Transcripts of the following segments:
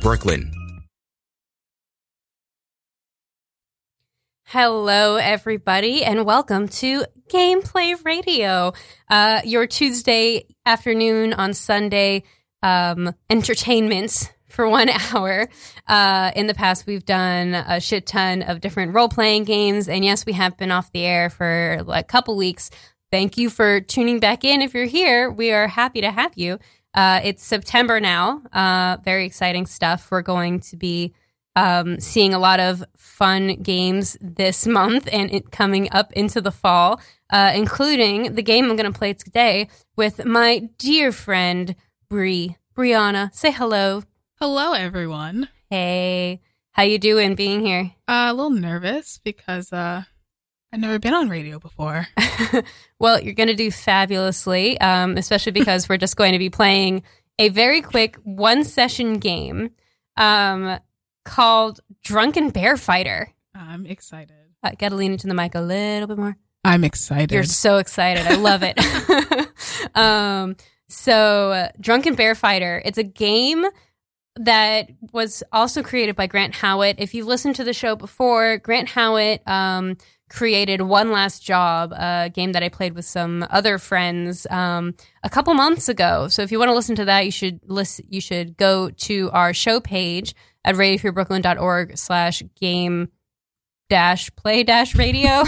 Brooklyn. Hello, everybody, and welcome to Gameplay Radio, uh, your Tuesday afternoon on Sunday um, entertainments for one hour. Uh, in the past, we've done a shit ton of different role playing games, and yes, we have been off the air for a couple weeks. Thank you for tuning back in. If you're here, we are happy to have you. Uh, it's September now. Uh, very exciting stuff. We're going to be um, seeing a lot of fun games this month and it coming up into the fall, uh, including the game I'm going to play today with my dear friend Bree. Brianna, say hello. Hello, everyone. Hey, how you doing? Being here. Uh, a little nervous because uh, I've never been on radio before. well, you're going to do fabulously, um, especially because we're just going to be playing a very quick one session game um, called Drunken Bear Fighter. I'm excited. Uh, Got to lean into the mic a little bit more. I'm excited. You're so excited. I love it. um, so, uh, Drunken Bear Fighter, it's a game that was also created by Grant Howitt. If you've listened to the show before, Grant Howitt um, created One Last Job, a game that I played with some other friends um, a couple months ago. So if you want to listen to that, you should list, you should go to our show page at radioforbrooklyn.org slash game dash play dash radio.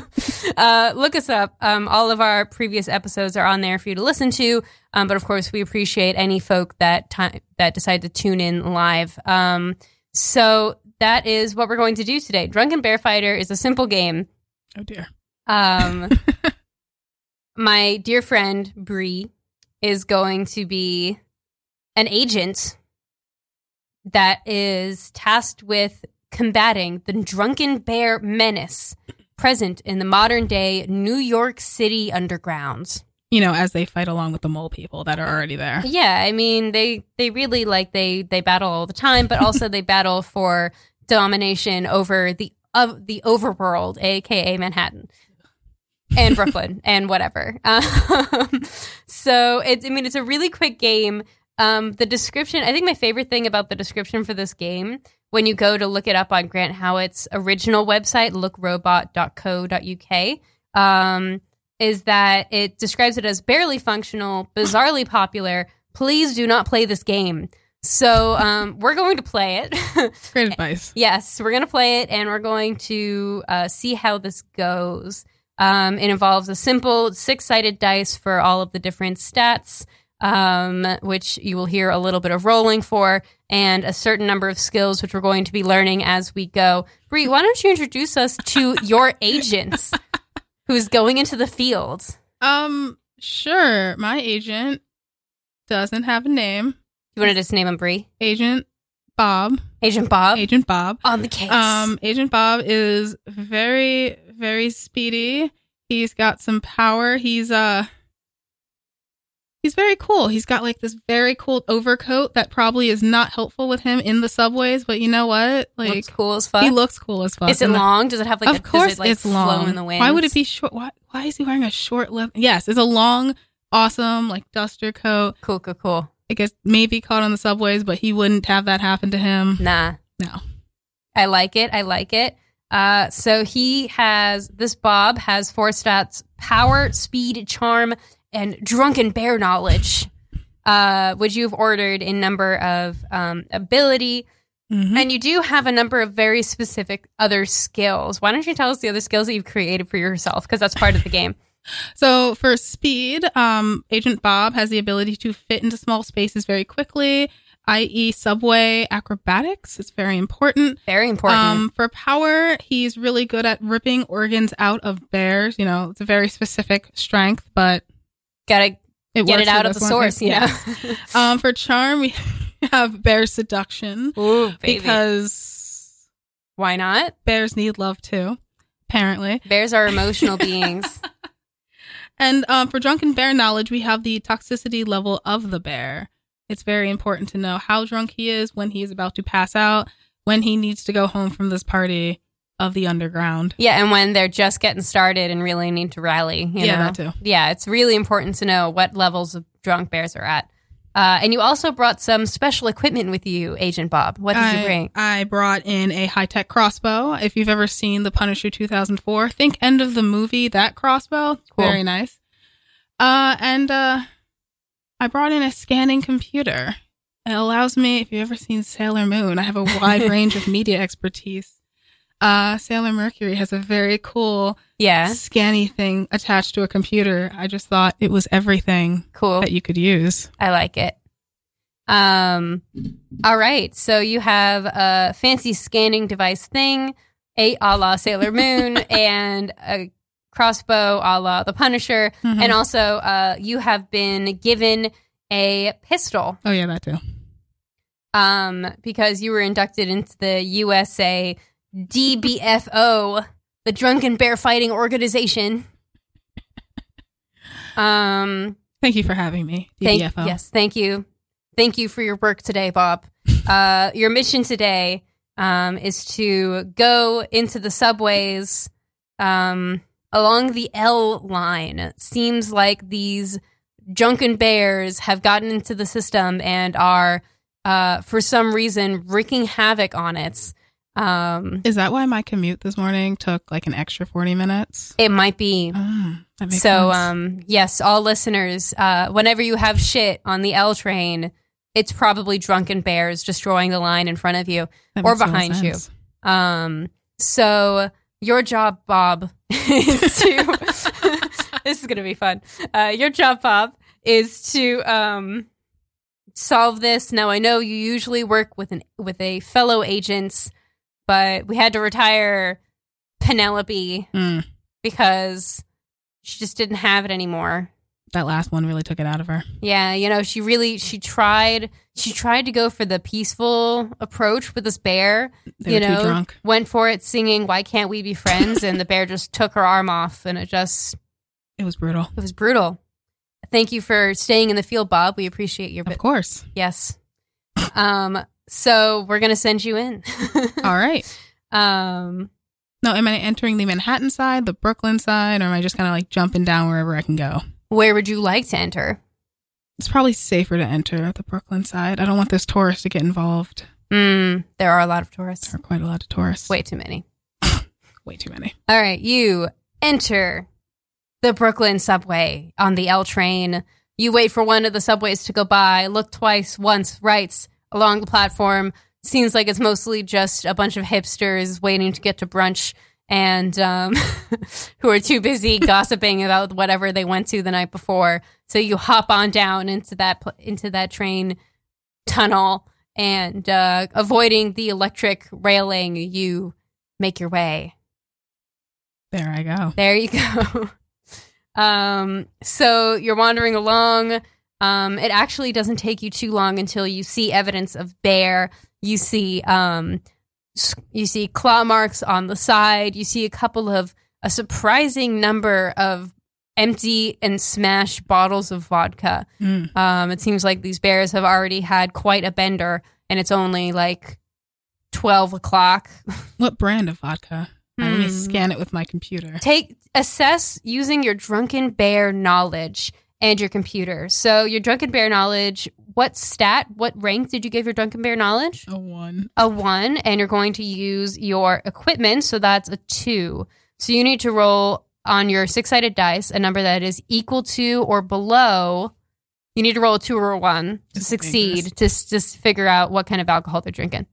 uh, look us up. Um, all of our previous episodes are on there for you to listen to. Um, but of course, we appreciate any folk that time that decide to tune in live. Um, so that is what we're going to do today. Drunken Bear Fighter is a simple game. oh dear. Um, my dear friend Bree is going to be an agent that is tasked with combating the drunken bear menace present in the modern day New York City underground. You know, as they fight along with the mole people that are already there. Yeah, I mean they they really like they they battle all the time, but also they battle for domination over the of the overworld, aka Manhattan and Brooklyn and whatever. Um, so it's I mean it's a really quick game. Um, the description I think my favorite thing about the description for this game when you go to look it up on Grant Howitt's original website, lookrobot.co.uk. Um, is that it describes it as barely functional, bizarrely popular. Please do not play this game. So um, we're going to play it. Great advice. yes, we're going to play it and we're going to uh, see how this goes. Um, it involves a simple six sided dice for all of the different stats, um, which you will hear a little bit of rolling for, and a certain number of skills, which we're going to be learning as we go. Bree, why don't you introduce us to your agents who's going into the field? Um, sure. My agent doesn't have a name. You want to just name him Bree? Agent Bob. Agent Bob Agent Bob. on the case. Um, Agent Bob is very, very speedy. He's got some power. He's uh he's very cool. He's got like this very cool overcoat that probably is not helpful with him in the subways, but you know what? Like looks cool as fuck. he looks cool as fuck. Is it And the- long? Does it have like a, of course, does it, like, it's flow long. in the wind? Why would it be short? Why why is he wearing a short leather? Yes, it's a long, awesome like duster coat. cool? Cool, cool. I guess maybe caught on the subways, but he wouldn't have that happen to him. Nah. No. I like it. I like it. Uh, so he has this Bob has four stats power, speed, charm, and drunken bear knowledge, uh, which you've ordered in number of um, ability. Mhm. And you do have a number of very specific other skills. Why don't you tell us the other skills that you've created for yourself? Because that's part of the game. So for speed, um, Agent Bob has the ability to fit into small spaces very quickly, i.e., subway acrobatics. It's very important. Very important. Um, for power, he's really good at ripping organs out of bears. You know, it's a very specific strength, but Gotta get it works it out for of the this one. source, you Yeah. know? um, for charm, we have bear seduction Ooh, baby. because Why not? bears need love too, apparently. Bears are emotional beings. And um, for drunken bear knowledge, we have the toxicity level of the bear. It's very important to know how drunk he is, when he is about to pass out, when he needs to go home from this party of the underground. Yeah, and when they're just getting started and really need to rally, you yeah, know? that too. Yeah, it's really important to know what levels of drunk bears are at. Uh, and you also brought some special equipment with you, Agent Bob. What did I, you bring? I brought in a high tech crossbow. If you've ever seen The Punisher 2004, think end of the movie, that crossbow. Cool. Very nice. Uh, and uh, I brought in a scanning computer. It allows me, if you've ever seen Sailor Moon, I have a wide range of media expertise. Uh, Sailor Mercury has a very cool Yeah, scanny thing attached to a computer. I just thought it was everything cool. that you could use. I like it. Um, all right. So you have a fancy scanning device thing, a a la Sailor Moon, and a crossbow a la The Punisher. Mhm. And also, uh, you have been given a pistol oh, yeah, that too. um, because you were inducted into the USA DBFO, the Drunken Bear Fighting Organization. Um, Thank you for having me. Thank, DDFO. yes, thank you. Thank you for your work today, Bob. Uh, your mission today um, is to go into the subways um, along the L line. It seems like these drunken bears have gotten into the system and are, uh, for some reason, wreaking havoc on it. Um, Is that why my commute this morning took like an extra 40 minutes? it might be. Oh, that makes so sense. um yes all listeners uh whenever you have shit on the l train it's probably drunken bears destroying the line in front of you That or makes total behind you. sense. um so your job bob is to this is gonna be fun uh your job bob is to um solve this now i know you usually work with an with a fellow agents but we had to retire penelope Mm, because she just didn't have it anymore that last one really took it out of her. Yeah, you know, she really she tried she tried to go for the peaceful approach with this bear. They you were know, too drunk. went for it singing "Why Can't We Be Friends?" and the bear just took her arm off, and it just It was brutal. it was brutal. Thank you for staying in the field, Bob. We appreciate your Of bit. course. Yes. Um. So we're gonna send you in. All right. um. Now, am I entering the Manhattan side, the Brooklyn side, or am I just kind of like jumping down wherever I can go? Where would you like to enter? It's probably safer to enter the Brooklyn side. I don't want those tourists to get involved. Mm, there are a lot of tourists. There are quite a lot of tourists. Way too many. way too many. All right, you enter the Brooklyn subway on the L train. You wait for one of the subways to go by, look twice, once, rights along the platform. Seems like it's mostly just a bunch of hipsters waiting to get to brunch and um, who are too busy gossiping about whatever they went to the night before. So you hop on down into that pl- into that train tunnel and uh, avoiding the electric railing, you make your way There I go. there you go. um, so you're wandering along. Um, it actually doesn't take you too long until you see evidence of bear. You see, um, s- you see claw marks on the side. You see a couple of a surprising number of empty and smashed bottles of vodka. Mm. Um, it seems like these bears have already had quite a bender, and it's only like twelve o'clock. What brand of vodka? I let me Hmm. scan it with my computer. take assess using your drunken bear knowledge and your computer. So your drunken bear knowledge, what stat, what rank did you give your drunken bear knowledge? A one. A 1 and you're going to use your equipment, so that's a 2. So you need to roll on your six-sided dice a number that is equal to or below you need to roll a 2 or a 1 to It's succeed to s- just figure out what kind of alcohol they're drinking.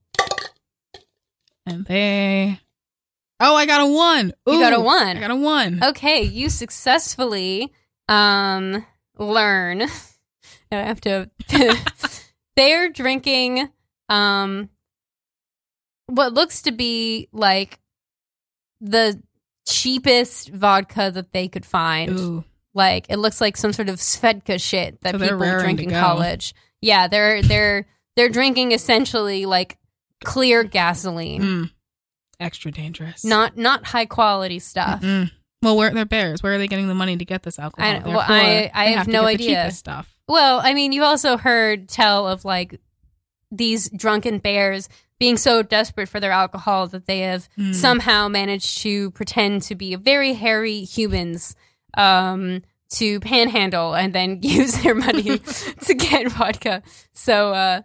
And they. Oh, I got a one. You got a Ooh, 1. I got a one. Okay, you successfully um learn. Now I have to they're drinking um what looks to be like the cheapest vodka that they could find. Ooh, Like it looks like some sort of Svedka shit that So they're people raring drink to in go. college. Yeah, they're they're they're drinking essentially like clear gasoline. Mm. Extra dangerous. Not not high quality stuff. Mm. Well, where they're bears. Where are they getting the money to get this alcohol? I don't- well, They're poor. I- I They have to no get idea. The cheapest stuff. Well, I mean, you've also heard tell of like these drunken bears being so desperate for their alcohol that they have Mm. somehow managed to pretend to be very hairy humans um, to panhandle and then use their money to get vodka. So uh,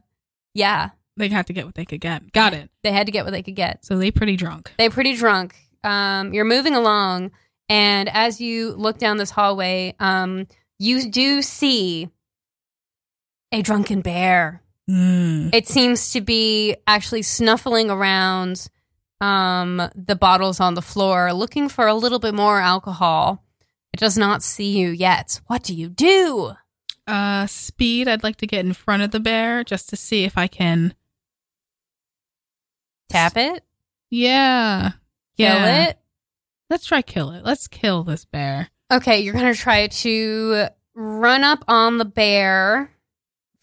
yeah, They had to get what they could get. Got it. they had to get what they could get. So they pretty drunk. They're pretty drunk. Um, you're moving along, and as you look down this hallway, um, you do see a drunken bear. Mm. It seems to be actually snuffling around um, the bottles on the floor, looking for a little bit more alcohol. It does not see you yet. What do you do? Uh, speed. I'd like to get in front of the bear just to see if I can. Tap it? Yeah. Kill yeah. it? Let's try kill it. Let's kill this bear. Okay, you're going to try to run up on the bear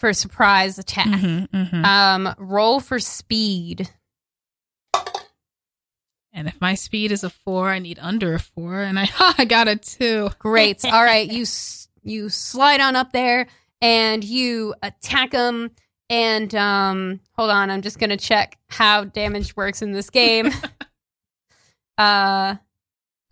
for a surprise attack. Mhm, mhm. Um, roll for speed. And if my speed is a four, I need under a four, and I ha, I got a two. Great. All right, you s- you slide on up there and you attack him. And um, hold on, I'm just gonna check how damage works in this game. uh,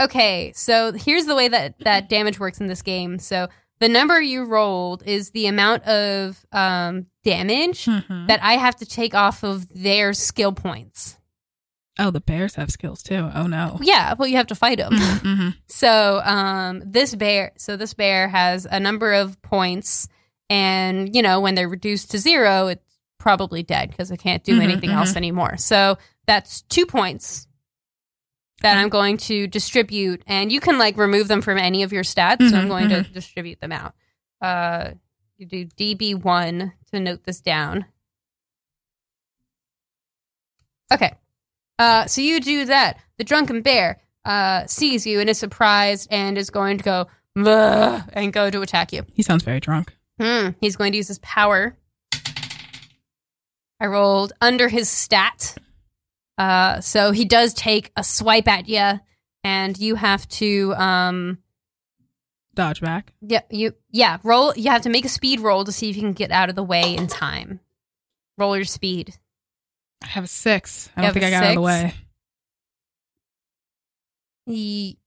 okay, so here's the way that that damage works in this game. So the number you rolled is the amount of um damage Mhm. that I have to take off of their skill points. oh, the bears have skills too. Oh no. Yeah, well, you have to fight them. Mhm, mhm. So um, this bear, so this bear has a number of points, and you know when they're reduced to zero, it's probably dead because it can't do Mhm, anything else anymore. So that's two points that I'm going to distribute, and you can like remove them from any of your stats. so I'm Mhm, going to distribute them out. Uh, you do DB one to note this down. Okay. Uh, so you do that. The drunken bear uh, sees you and is surprised and is going to go "Bleh," and go to attack you. He sounds very drunk. Hmm. He's going to use his power. I rolled under his stat. Uh, so he does take a swipe at you, and you have to um, Dodge back. yeah, you yeah roll. You have to make a speed roll to see if you can get out of the way in time. Roll your speed. I have a six. I You don't have think a I got out of the way. six? Ye-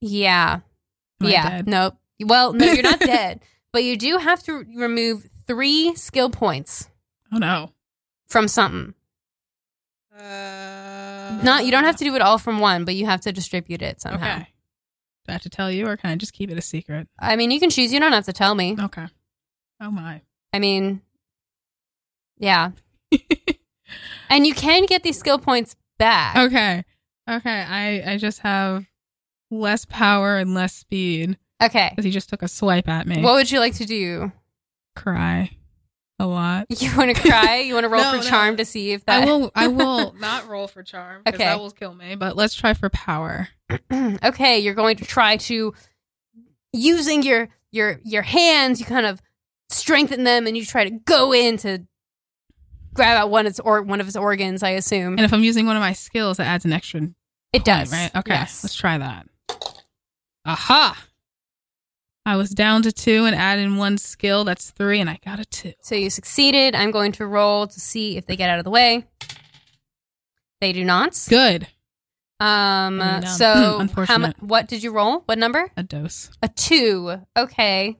yeah. Am I yeah. dead? Nope. Well, no, you're not dead, but you do have to remove three skill points Oh no. from something. Uh, Not you don't have to do it all from one, but you have to distribute it somehow. Okay. Do I have to tell you, or can I just keep it a secret? I mean, you can choose. You don't have to tell me. Okay. Oh my. I mean, yeah. and you can get these skill points back. Okay. Okay. I I just have less power and less speed Okay. because he just took a swipe at me. What would you like to do? Cry a lot. You want to cry? You want to roll No, for no. charm to see if that. I will. I will not roll for charm. 'cause Okay. That will kill me. But let's try for power. okay, you're going to try to using your your your hands, you kind of strengthen them and you try to go in to grab out one of its or one of its organs, I assume. And if I'm using one of my skills, it adds an extra. It it does. right? Okay. Let's Yes. try that. Aha! I was down to two and add in one skill. That's three, and I got a two. So you succeeded. I'm going to roll to see if they get out of the way. They do not. Good. Um They do not. so how mu- Unfortunate. what did you roll? What number? A dose. A two. Okay.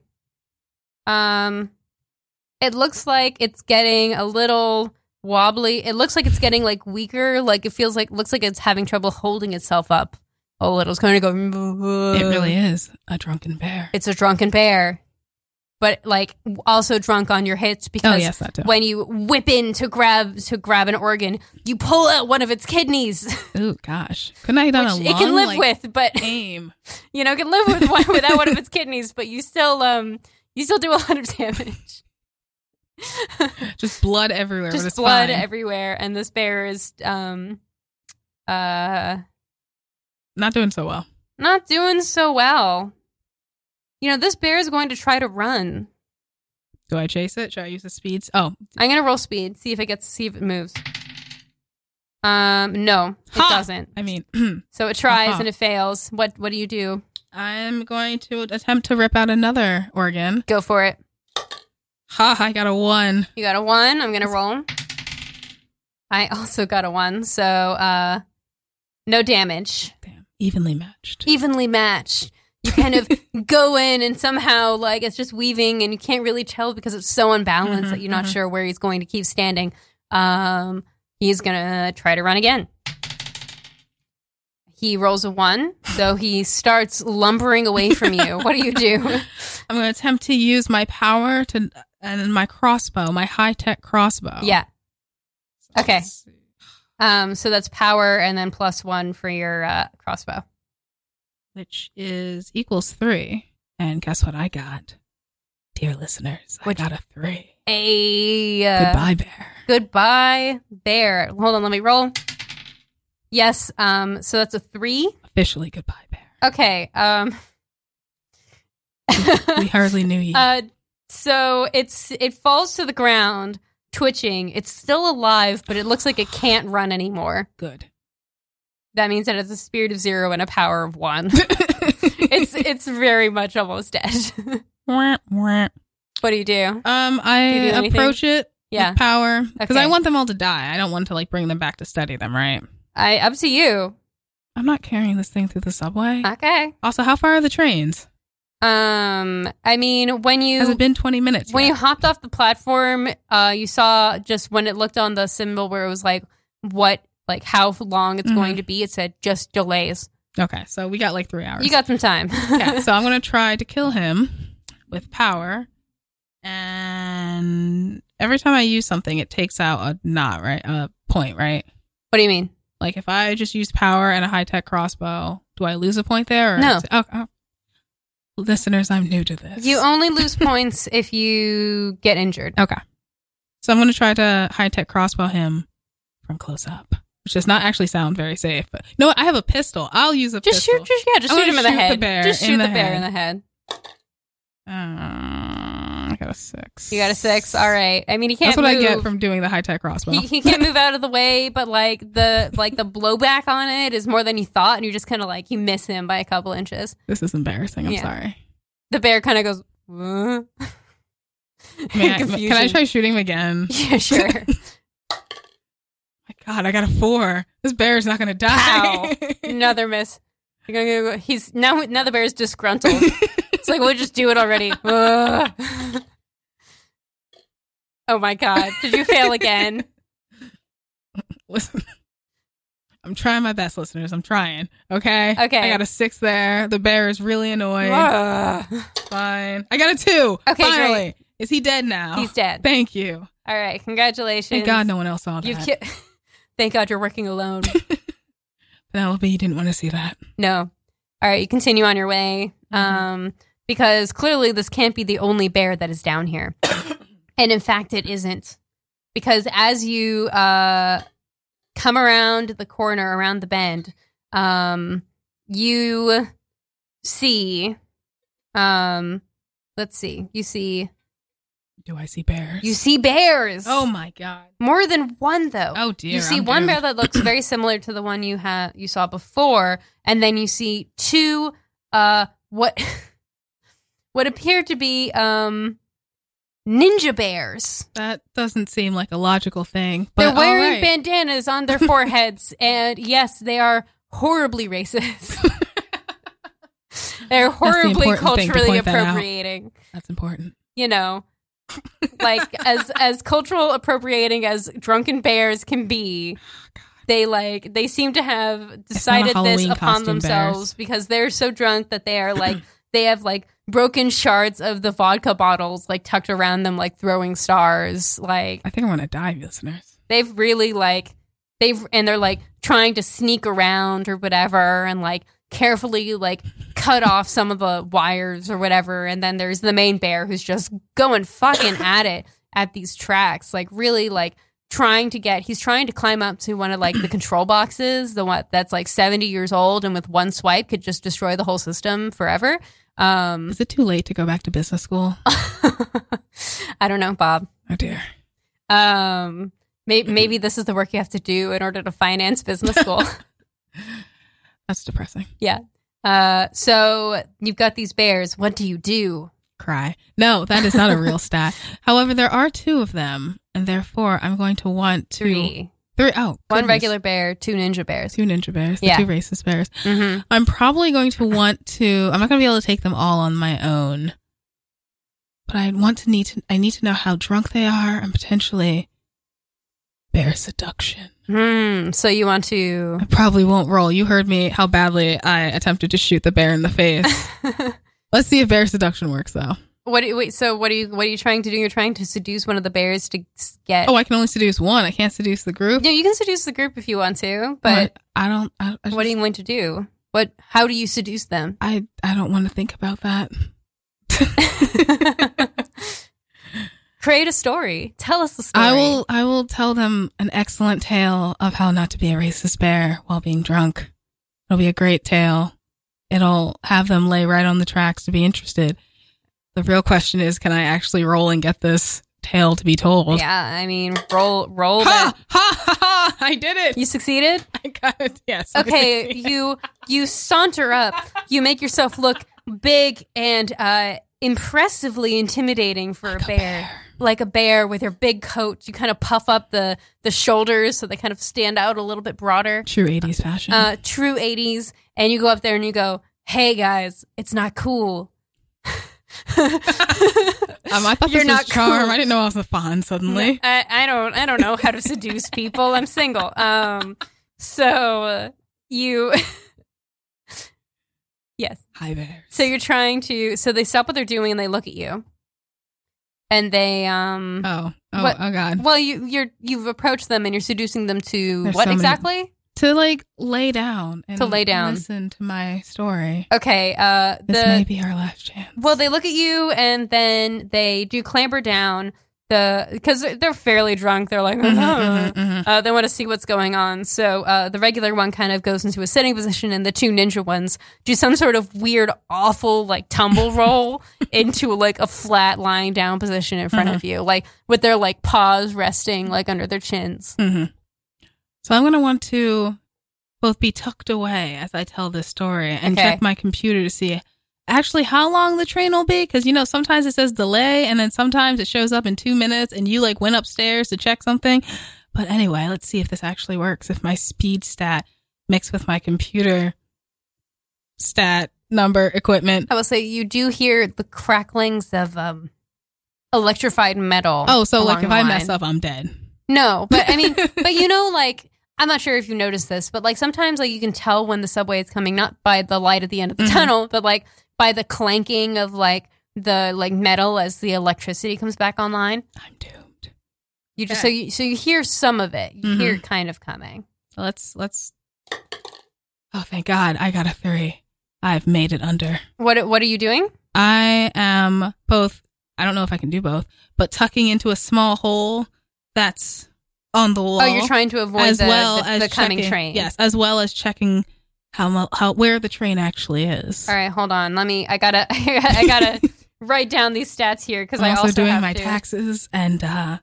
Um, it looks like it's getting a little wobbly. It looks like it's getting like weaker. Like it feels like looks like it's having trouble holding itself up a little. It's going to go. it really is a drunken bear. It's a drunken bear, but like also drunk on your hits because Oh yes, that too. when you whip in to grab to grab an organ, you pull out one of its kidneys, which Ooh gosh, couldn't I have done a long it can live like, with, but aim? you know, can live with one without one of its kidneys, but you still um you still do a lot of damage. Just blood everywhere. but Just it's blood fine. everywhere, and this bear is um uh Not doing so well. not doing so well. You know, this bear is going to try to run. Do I chase it? Should I use the speeds? Oh, I'm gonna roll speed, see if it gets see if it moves. Um no, it Ha! doesn't. I mean, So it tries Uh-huh. and it fails. What what do you do? I'm going to attempt to rip out another organ. Go for it. Ha! I got a one. You got a one. I'm gonna roll. I also got a one, so uh, no damage. Damn, evenly matched. Evenly matched. you kind of go in and somehow like it's just weaving and you can't really tell because it's so unbalanced Mhm, that you're not mhm. sure where he's going to keep standing. Um, he's gonna try to run again. He rolls a one, so he starts lumbering away from you. What do you do? I'm going to attempt to use my power to and my crossbow, my high tech crossbow. yeah. So okay. let's see. Um, so that's power and then plus one for your uh, crossbow. Which is equals three. And guess what I got? Dear listeners, Which- I got a three. A uh, Goodbye, bear. Goodbye, bear. Hold on, let me roll. Yes, um, so that's a three. Officially goodbye, bear. Okay. Um We hardly knew you. uh, so it's it falls to the ground, twitching. It's still alive, but it looks like it can't run anymore. Good. That means that it's a spirit of zero and a power of one. It's it's very much almost dead. Wah, wah. what do you do? Do Um, you do I anything? approach it Yeah. with power because I Okay. want them all to die. I don't want to like bring them back to study them, right? I up to you. I'm not carrying this thing through the subway. Okay. also, how far are the trains? Um I mean when you Has it been 20 minutes? when yet? you hopped off the platform uh you saw just when it looked on the symbol where it was like what like how long it's Mhm. going to be it said just delays okay, so we got like three hours. you got some time yeah, so I'm gonna try to kill him with power, and every time I use something, it takes out a knot, right? A point, right? what do you mean Like if I just use power and a high tech crossbow, do I lose a point there? Or No. is it- oh, oh. Listeners, I'm new to this. you only lose points if you get injured Okay. So I'm going to try to high tech crossbow him from close up, which does not actually sound very safe. But no, I have a pistol. I'll use a just pistol. shoot just yeah just I shoot wanna him in the shoot the head bear just in shoot the, the bear head. in the head Uh, I got a six. you got a six all right i mean he can't That's what I move. get from doing the high tech crossbow. he, he can't move out of the way but like the like the blowback on it is more than you thought and you're just kind of like you miss him by a couple inches this is embarrassing. I'm Yeah. sorry. the bear kind of goes "Huh?" I mean, I- can I Confusion. try shooting him again? Yeah, sure. My God, I got a four. This bear is not going to die. Another miss. You're gonna go. He's now. Now the bear's disgruntled. it's like we'll just do it already. Ugh. oh my god! Did you fail again? Listen. I'm trying my best, listeners. I'm trying. Okay. Okay. I got a six there. The bear is really annoyed. Ugh. Fine. I got a two. Okay, Finally. great. Is he dead now? He's dead. Thank you. All right. Congratulations. Oh. Thank God no one else saw that. You've ki- Thank God you're working alone. Penelope, you didn't want to see that. No. All right. You continue on your way. Mm-hmm. Um, because clearly this can't be the only bear that is down here. and in fact, it isn't. Because as you uh, come around the corner, around the bend, um, you see. Um, let's see. You see. Do I see bears? You see bears. Oh my God. more than one though. Oh dear. You see I'm one bear doomed. that looks very similar to the one you had you saw before, and then you see two uh what what appear to be um ninja bears. That doesn't seem like a logical thing. But They're wearing all right. bandanas on their foreheads, and yes, they are horribly racist. They're horribly important thing to culturally point that out. appropriating. That's important. You know. like as as cultural appropriating as drunken bears can be, they like they seem to have decided this Halloween upon costume, themselves bears. because they're so drunk that they are like they have like broken shards of the vodka bottles like tucked around them like throwing stars like I think I want to die, listeners. they've really like they've and they're like trying to sneak around or whatever and like carefully like cut off some of the wires or whatever and then there's the main bear who's just going fucking at it at these tracks like really like trying to get he's trying to climb up to one of like the control boxes the one that's like 70 years old and with one swipe could just destroy the whole system forever um Is it too late to go back to business school? i don't know bob Oh dear. Um, may- maybe this is the work you have to do in order to finance business school. That's depressing. uh, so you've got these bears. What do you do? Cry. No, that is not a real stat. However, there are two of them, and therefore I'm going to want to Three. Three oh, One goodness. regular bear, two ninja bears. two ninja bears, the Yeah. two racist bears. Mm-hmm. I'm probably going to want to. I'm not going to be able to take them all on my own, but I want to need to. I need to know how drunk they are and potentially bear seduction. Hmm, So you want to? I probably won't roll. You heard me how badly I attempted to shoot the bear in the face. Let's see if bear seduction works though. what? do you- Wait. So what are you? What are you trying to do? You're trying to seduce one of the bears to s- get. Oh, I can only seduce one. I can't seduce the group. yeah, you can seduce the group if you want to, but I, I don't. I, I what do just- you want to do? What? How do you seduce them? I I don't want to think about that. Create a story. Tell us the story. I will I will tell them an excellent tale of how not to be a racist bear while being drunk. It'll be a great tale. It'll have them lay right on the tracks to be interested. The real question is, can I actually roll and get this tale to be told? Yeah, I mean, roll, roll. Ha, that- ha ha ha! I did it. You succeeded. I got it. Yes. I Okay, succeeded. you you saunter up. You make yourself look big and uh, impressively intimidating for a, bear. like a bear with your big coat. You kind of puff up the the shoulders so they kind of stand out a little bit broader. True '80s fashion. Uh, true '80s, and you go up there and you go, "Hey guys, it's not cool." um, I thought you're this not was charm. cool. I didn't know I was a fawn suddenly. I, I don't I don't know how to seduce people. I'm single. Um, so uh, you, yes. Hi bears. So you're trying to. So they stop what they're doing and they look at you, and they um. Oh, oh, What- oh, God. Well, you you're you've approached them and you're seducing them to There's what so many- exactly? To like lay down and To lay down. listen to my story. Okay. Uh, This the may be our last chance. well, they look at you and then they do clamber down the because they're fairly drunk. They're like, Mhm, "Uh-huh." mhm, mhm. Uh, they want to see what's going on. So uh, the regular one kind of goes into a sitting position, and the two ninja ones do some sort of weird, awful like tumble roll into like a flat lying down position in front of Uh-huh. you, like with their like paws resting like under their chins. Mhm. So I'm going to want to both be tucked away as I tell this story and Okay. check my computer to see actually how long the train will be. Because, you know, sometimes it says delay and then sometimes it shows up in two minutes and you like went upstairs to check something. But anyway, let's see if this actually works. If my speed stat mixed with my computer stat number equipment. I will say you do hear the cracklings of um, electrified metal. Oh, so along like if the I mess line. up, I'm dead. No, but I mean, but you know, like I'm not sure if you noticed this, but like sometimes like you can tell when the subway is coming, not by the light at the end of the Mhm. tunnel, but like by the clanking of like the like metal as the electricity comes back online. I'm doomed. You just so Okay. you so you hear some of it. You Mhm. hear it kind of coming. So let's let's. Oh, thank God! I got a three. I've made it under. What what are you doing? I am both. I don't know if I can do both, but tucking into a small hole that's on the wall. oh, you're trying to avoid as the, well the, as the coming checking- train. Yes, as well as checking how mu- how where the train actually is. All right, hold on. Let me. I gotta. I gotta write down these stats here because I I'm also doing have my to- taxes and uh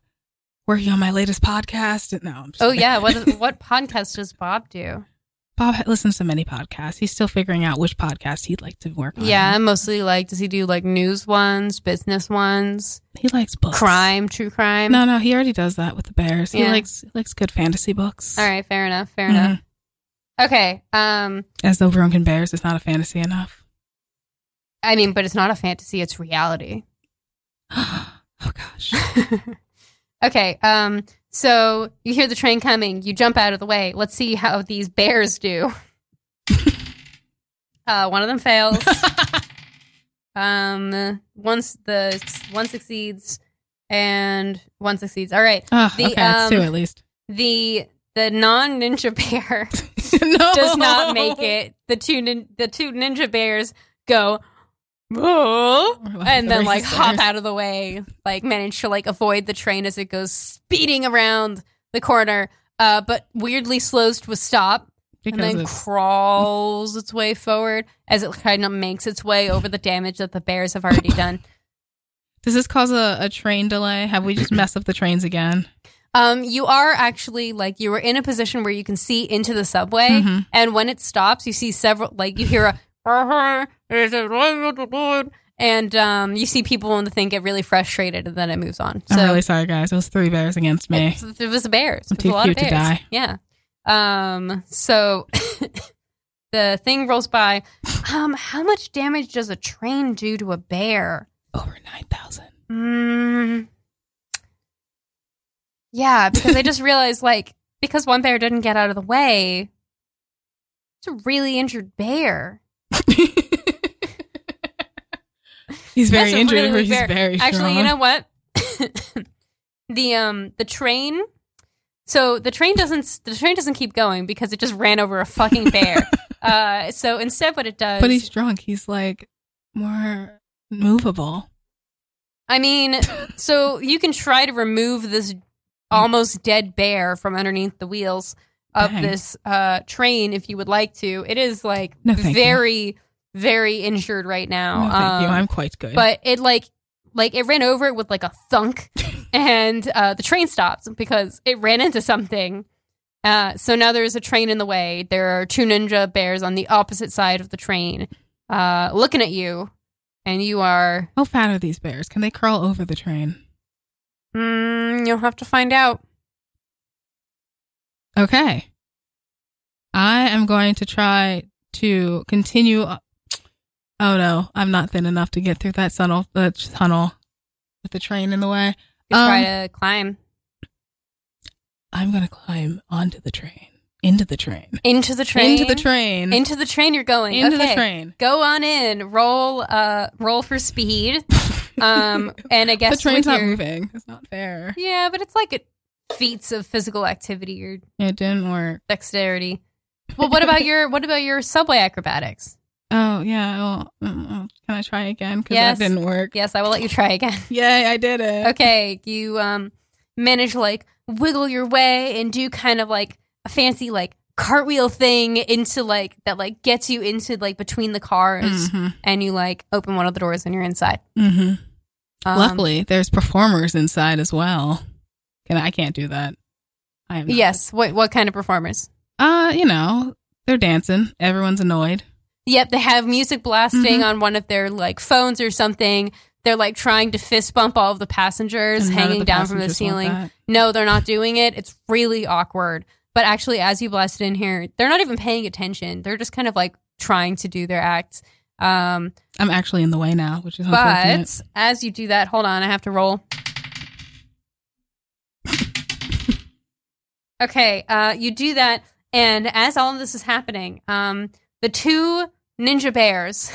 working on my latest podcast. No, I'm just Oh kidding. yeah. What what podcast does Bob do? Bob listens to many podcasts. He's still figuring out which podcast he'd like to work on. Yeah, I'm mostly like, does he do like news ones, business ones, he likes books. crime, true crime? No, no, he already does that with the bears. He Yeah. likes he likes good fantasy books. All right, fair enough, fair Mhm. enough. Okay, um, As though Drunken Bears is not a fantasy enough. I mean, but it's not a fantasy; it's reality. oh gosh. okay, um, so you hear the train coming, you jump out of the way. Let's see how these bears do. uh, one of them fails. um, once the one succeeds, and one succeeds. All right, Oh, The, okay, that's two um, at least. the the non ninja bear. no. does not make it. The two nin- the two ninja bears go "Whoa," and then like hop out of the way, like manage to like avoid the train as it goes speeding around the corner, uh, but weirdly slows to a stop because and then it's- crawls its way forward as it kind of makes its way over the damage that the bears have already done. does this cause a, a train delay? Have we just messed up the trains again? Um, you are actually like you were in a position where you can see into the subway, Mhm. and when it stops, you see several like you hear a and and um, you see people in the thing get really frustrated, and then it moves on. So I'm really sorry, guys. It was three bears against me. it, it was the bears. I'm It was a too lot of cute bears. to die. Yeah. Um. So the thing rolls by. Um. How much damage does a train do to a bear? Over 9,000. Mm, yeah, because I just realized, like, because one bear didn't get out of the way, it's a really injured bear. he's very That's a injured, really but he's fair- very Actually, you strong. know what? the um the train. So the train doesn't the train doesn't keep going because it just ran over a fucking bear. uh, so instead, what it does, But he's drunk. He's like more movable. I mean, so you can try to remove this almost dead bear from underneath the wheels of Dang. this uh, train if you would like to. It is like No, thank you. very, very injured right now. No, thank you. Um, I'm quite good. but it like like it ran over it with like a thunk, and uh, the train stopped because it ran into something. Uh, so now there's a train in the way. There are two ninja bears on the opposite side of the train, uh, looking at you, and you are How fat are these bears? Can they crawl over the train? Mm, you'll have to find out. Okay. I am going to try to continue. Oh no, I'm not thin enough to get through that tunnel. The tunnel with the train in the way. You try Um, to climb I'm going to climb onto the train, into the train, into the train. into the train, Into the train. You're going into Okay. the train. Go on in. Roll. Uh, roll for speed. Um, and I guess the train's with not your- moving. It's not fair. Yeah, but it's like it feats of physical activity or It didn't work. dexterity. Well, what about your what about your subway acrobatics? Oh yeah. Well, mm, mm, can I try again? Because Yes. that didn't work. Yes, I will let you try again. Yay! I did it. Okay, you um manage to, like wiggle your way and do kind of like a fancy like cartwheel thing into like that like gets you into like between the cars Mhm, and you like open one of the doors and you're inside. mhm. Um, Luckily, there's performers inside as well. Can I, I can't do that. I am. not- Yes. What what kind of performers? Uh, you know, they're dancing. Everyone's annoyed. Yep, they have music blasting Mhm. on one of their like phones or something. They're like trying to fist bump all of the passengers And none of hanging the down from the passengers want ceiling. that. No, they're not doing it. It's really awkward. But actually, as you blasted in here, they're not even paying attention. They're just kind of like trying to do their act. Um, I'm actually in the way now, which is unfortunate. but as you do that, hold on, I have to roll. okay, uh, you do that, and as all of this is happening, um, the two ninja bears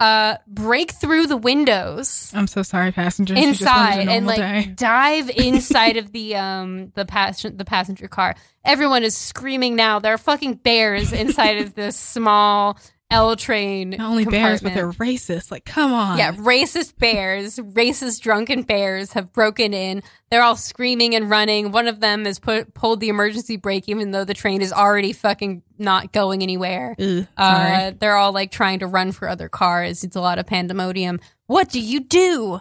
uh, break through the windows I'm so sorry, passengers. You just wanted inside a and normal like day. dive inside of the um the pas- the passenger car. Everyone is screaming now. There are fucking bears inside of this small L train. not only bears, but compartment. they're racist. Like, come on. Yeah, racist bears, racist drunken bears have broken in. They're all screaming and running. One of them has put, pulled the emergency brake, even though the train is already fucking not going anywhere. Ugh, sorry. Uh, they're all like trying to run for other cars. It's a lot of pandemonium. What do you do?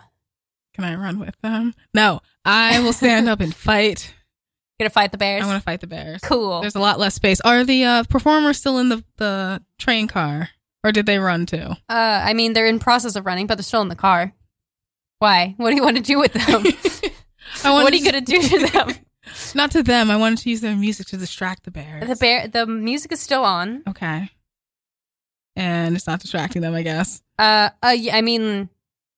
Can I run with them? No, I will stand up and fight. Gonna fight the bears? I want to fight the bears. cool. There's a lot less space. Are the uh, performers still in the, the train car, or did they run too? Uh, I mean, they're in process of running, but they're still in the car. Why? What do you want to do with them? I what wanted are you gonna do to them? to- not to them. I wanted to use their music to distract the bears. the bear. The music is still on. okay, and it's not distracting them. I guess Uh, uh, yeah, I mean,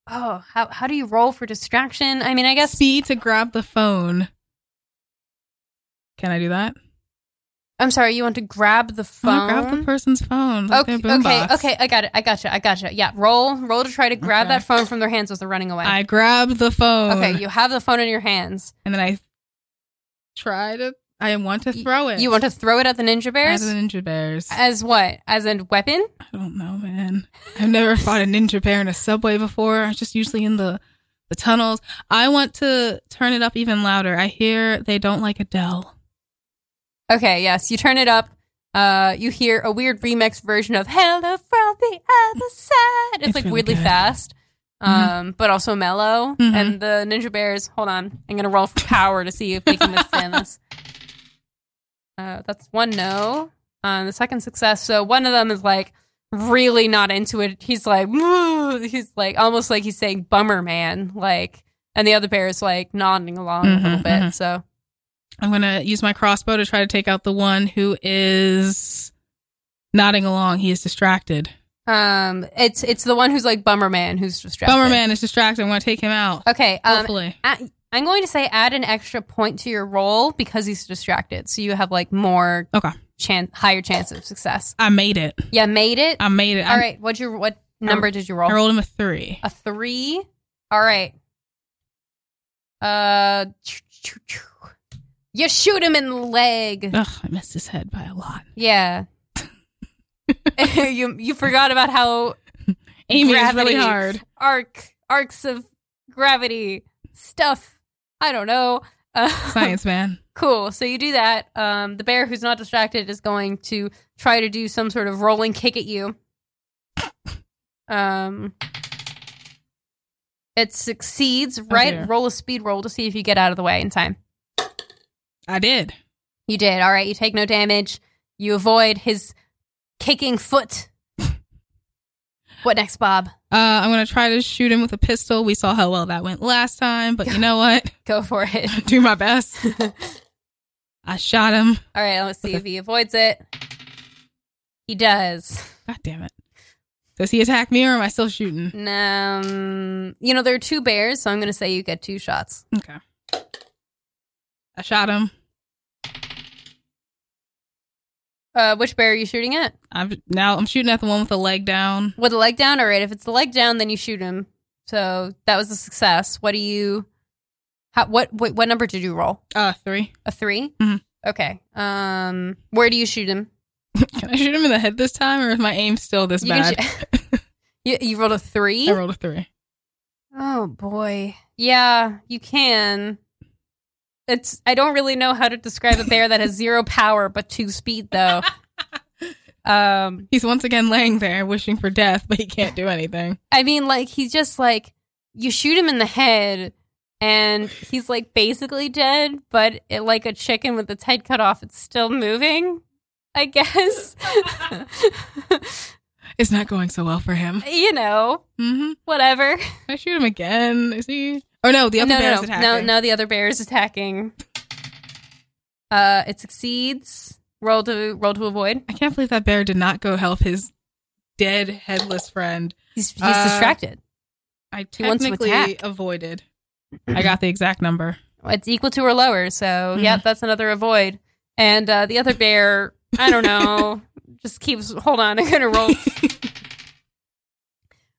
oh, how how do you roll for distraction? I mean, I guess speed to grab the phone. Can I do that? I'm sorry. You want to grab the I phone? wanna Uh-huh, grab the person's phone. Like okay, their boombox. okay, okay. I got it. I gotcha. I gotcha. Yeah, roll, roll to try to grab Okay. that phone from their hands as they're running away. I grabbed the phone. okay, you have the phone in your hands. and then I try to. I want to Y- throw it. You want to throw it at the ninja bears? As the ninja bears. As what? As a weapon? I don't know, man. I've never fought a ninja bear in a subway before. I was just usually in the the tunnels. I want to turn it up even louder. I hear they don't like Adele. Okay, yes. You turn it up. Uh, you hear a weird remix version of "Hello from the Other Side." It's, It's like really weirdly good. fast, Mhm. um, but also mellow. Mhm. And the Ninja Bears. Hold on, I'm gonna roll for power to see if they can withstand this. Uh, that's one no on the second success. So one of them is like, really not into it. He's like, "Woo," he's like, almost like he's saying, bummer, man. Like, and the other bear is like nodding along a little Mhm, bit. mhm. So, I'm gonna use my crossbow to try to take out the one who is nodding along. He is distracted. um, it's, it's the one who's like bummer man who's distracted. Bummerman is distracted. I'm gonna take him out. Okay. Um, Hopefully. a- I'm going to say add an extra point to your roll because he's distracted. So you have like more Okay. chan- higher chance of success. I made it. Yeah, made it. I made it. All I- right. Uh, What'd you, what number did you roll? Um, I rolled him a three. A three. All right. Uh, you shoot him in the leg. Ugh, I missed his head by a lot. Yeah. you you forgot about how Aiming is Gravity. really hard. arc arcs of gravity stuff. I don't know. Uh, Science man. cool. So you do that. Um, the bear who's not distracted is going to try to do some sort of rolling kick at you. Um, it succeeds. Right, dear. roll a speed roll to see if you get out of the way in time. I did. You did. All right. You take no damage. You avoid his kicking foot. what next, Bob? Uh, I'm gonna try to shoot him with a pistol. We saw how well that went last time, but you know what? Go for it. Do my best. All I shot him. right. Let's see if he avoids it. He does. God damn it. Does he attack me or am I still shooting? Um, you know, there are two bears, so I'm going to say you get two shots. Okay. I shot him. Uh, which bear are you shooting at? I'm now I'm shooting at the one with the leg down. With the leg down? All right. If it's the leg down, then you shoot him. So that was a success. What do you. How, what, what what number did you roll? Uh three. A 3 Mhm. Okay. Um, where do you shoot him? Can I shoot him in the head this time or is my aim still this bad? sh- you, you rolled a three. I rolled a three. oh boy. Yeah, you can. It's. I don't really know how to describe a bear that has zero power but two speed, though. um, He's once again laying there wishing for death, but he can't do anything. I mean, like he's just like you shoot him in the head, and he's like basically dead, but it, like a chicken with its head cut off, it's still moving. I guess. It's not going so well for him. you know, Mm-hmm. whatever. Can I shoot him again? Is he Oh no, the other no, no, bear's no, attacking. no, no. The other bear is attacking. Uh, it succeeds. Roll to roll to avoid. I can't believe that bear did not go help his dead headless friend. He's he's Uh, distracted. I He wants to technically attack. avoided. I got the exact number. It's equal to or lower. So Mm-hmm. yep, that's another avoid. And uh, the other bear, I don't know, just keeps. Hold on, I'm gonna roll.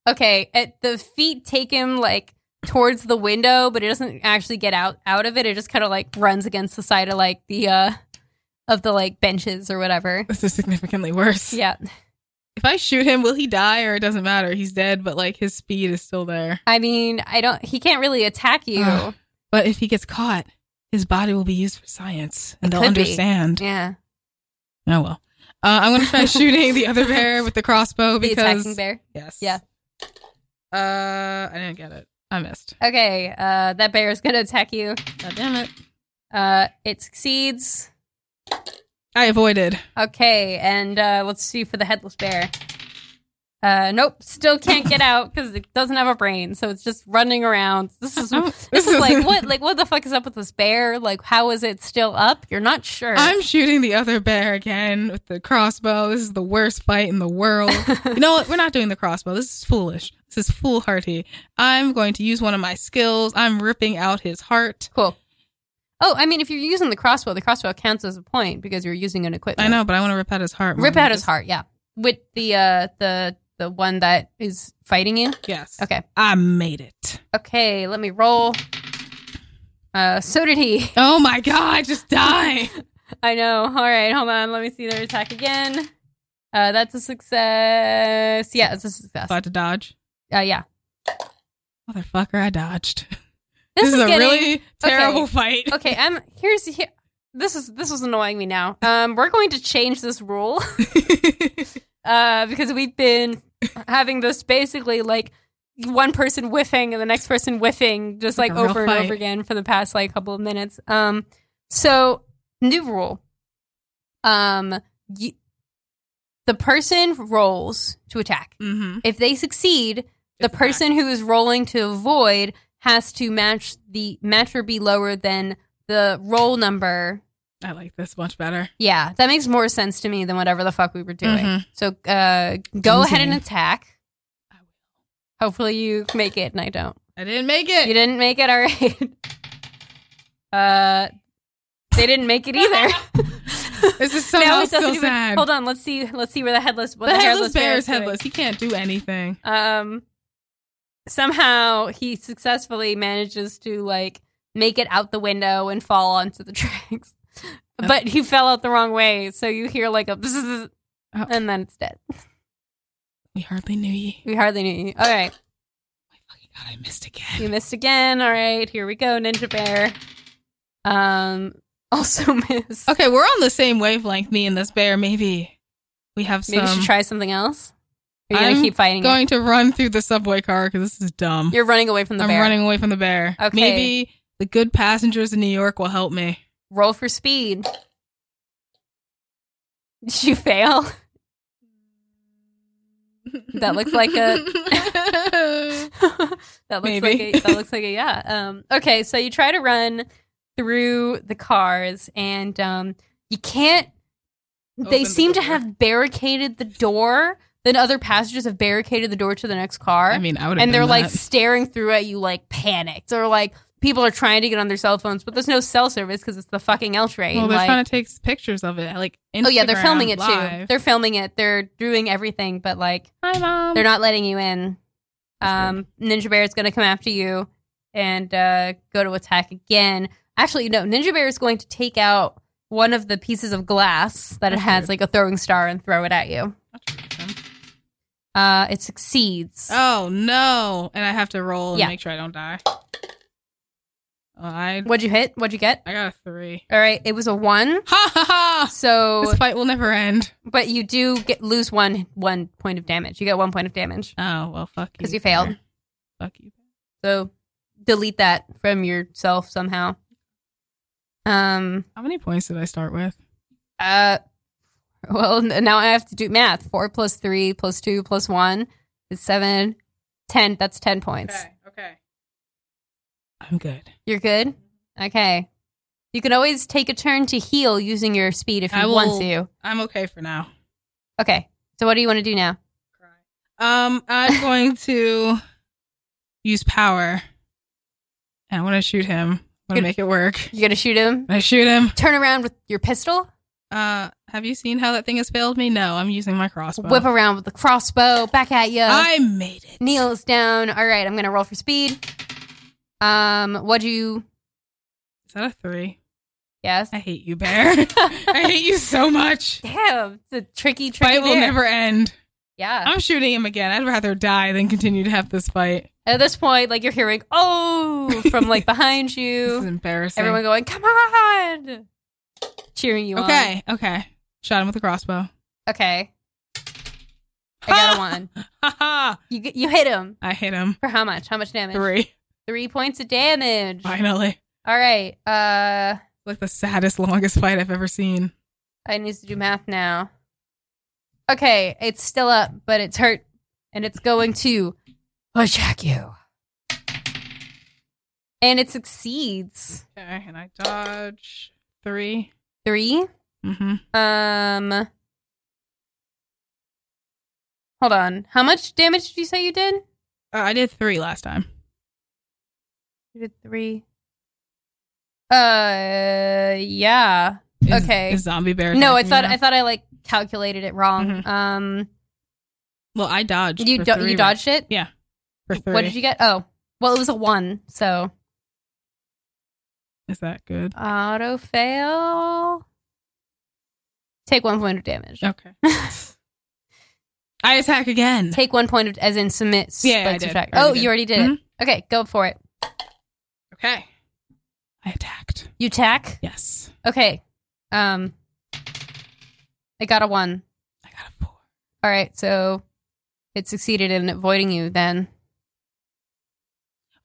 okay, at the feet take him like towards the window, but it doesn't actually get out out of it. It just kind of like runs against the side of like the uh of the like benches or whatever. This is significantly worse. Yeah. If I shoot him, will he die or it doesn't matter? He's dead, but like his speed is still there. I mean, I don't. He can't really attack you. Ugh. But if he gets caught, his body will be used for science and It they'll could be. understand. yeah, Oh well. Uh, I'm going to try shooting the other bear with the crossbow the because. attacking bear. Yes. Yeah. Uh, I didn't get it. I missed. Okay, uh, that bear is gonna attack you. God damn it. Uh, it succeeds. I avoided. Okay, and uh, let's see for the headless bear. Uh, nope, still can't get out because it doesn't have a brain, so it's just running around. This is I'm- this is like what like what the fuck is up with this bear? Like, how is it still up? You're not sure. I'm shooting the other bear again with the crossbow. This is the worst fight in the world. you know what? We're not doing the crossbow. This is foolish. This is foolhardy. I'm going to use one of my skills. I'm ripping out his heart. cool. Oh, I mean, if you're using the crossbow, the crossbow counts as a point because you're using an equipment. I know, but I want to rip out his heart. more Rip than out his just- heart, yeah. With the uh the the one that is fighting you. Yes. Okay. I made it. Okay, let me roll. Uh so did he. Oh my god, just die. I know. All right, hold on. Let me see their attack again. Uh that's a success. Yeah, it's a success. Uh About to dodge. yeah. Motherfucker, I dodged. This, is, a getting really terrible fight. Okay, I'm here's here this is this is annoying me now. Um we're going to change this rule. uh, because we've been having this basically like one person whiffing and the next person whiffing just Like like, a real over and fight. over again for the past like couple of minutes. Um, so new rule. Um, you, the person rolls to attack. Mm-hmm. If they succeed, the It's person who is rolling to avoid has to match the match or be lower than the roll number. I like this much better. Yeah, that makes more sense to me than whatever the fuck we were doing. Mhm. So uh, go ahead and Continue. attack. Hopefully you make it, and I don't. I didn't make it. You didn't make it, all right. Uh, they didn't make it either. This is so, Now it so doesn't even- sad. Hold on, let's see. Let's see where the headless. What the headless bear is doing. headless. He can't do anything. Um, somehow he successfully manages to like make it out the window and fall onto the tracks, but he fell out the wrong way. So you hear like a, bzzz, Oh. and then it's dead. We hardly knew ye. We hardly knew you. All right, My fucking god, I missed again. you missed again. All right, here we go, Ninja Bear. Um, also miss. Okay, we're on the same wavelength, me and this bear. Maybe we have some. Maybe you should try something else. Or You're gonna I'm keep fighting. it? going to run through the subway car because this is dumb. You're running away from the I'm bear. running away from the bear. Okay. Maybe the good passengers in New York will help me. Roll for speed. Did you fail? That looks like a. that looks Maybe. like a, that looks like a yeah. Um, okay, so you try to run through the cars, and um, you can't. they Open the seem to door. have barricaded the door. Then other passengers have barricaded the door to the next car, I mean, I would. and they're like staring through at you, like panicked, or like people are trying to get on their cell phones, but there's no cell service because it's the fucking L train. well, they're like, trying to take pictures of it. Like, Instagram oh yeah, they're filming it too. live. Um, They're filming it. They're doing everything, but like Hi, mom. they're not letting you in. Um, Ninja Bear is going to come after you and uh, go to attack again. Actually, no, Ninja Bear is going to take out one of the pieces of glass that it That's has, rude. like a throwing star, and throw it at you. Uh, it succeeds. Oh no! And I have to roll and Yeah. make sure I don't die. Well, I What'd you hit? What'd you get? I got a three. All right, it was a one. Ha ha ha! So, This fight will never end. but you do get lose one one point of damage. You get one point of damage. Oh well, fuck you. 'Cause you failed. bear. Fuck you. So, delete that from yourself somehow. Um. How many points did I start with? Uh, well, n- now I have to do math. Four plus three plus two plus one is seven. Ten. That's ten points. Okay. I'm good. You're good. Okay. You can always take a turn to heal using your speed if you I will- want to. I'm okay for now. Okay. So what do you want to do now? Um, I'm going to use power. And I want to shoot him. I want Good. to make it work. You're gonna shoot him. I shoot him. Turn around with your pistol. Uh, have you seen how that thing has failed me? No, I'm using my crossbow. Whip around with the crossbow. Back at you. I made it. Kneels down. All right. I'm gonna roll for speed. Um. What'd you? Is that a three? Yes. I hate you, bear. I hate you so much. Damn. It's a tricky, tricky. Fight will bear. Uh. never end. Yeah. I'm shooting him again. I'd rather die than continue to have this fight. At this point, like you're hearing "oh" from like behind This is you, embarrassing. everyone going "come on," cheering you on. okay, okay. Shot him with a crossbow. Okay, I got a one. Ha ha! You g- you hit him I hit him. for how much? How much damage? Three. Three points of damage. Finally. All right. Uh, Like the saddest, longest fight I've ever seen. I need to do math now. Okay, it's still up, but it's hurt, and it's going to attack you. And it succeeds. Okay, and I dodge three. Three. Mm-hmm. Um, hold on. How much damage did you say you did? Uh, I did three last time. You did three. Uh, yeah. Is- Okay. Is zombie bear? No, I attacking thought me now? I thought I like calculated it wrong. Um, well, I dodged. you for do- three you right- dodged it. for three. What did you get? Oh, well, it was a one, so Is that good? auto fail. Take one point of damage. Okay. I attack again. Take one point of as in submit. s- Yeah, like, I did. subtract. I already Oh, did. Mm-hmm. you already did it. Okay, go for it. Okay. I attacked. You tack. Yes. Okay. Um I got a one. I got a four. All right, so it succeeded in avoiding you then.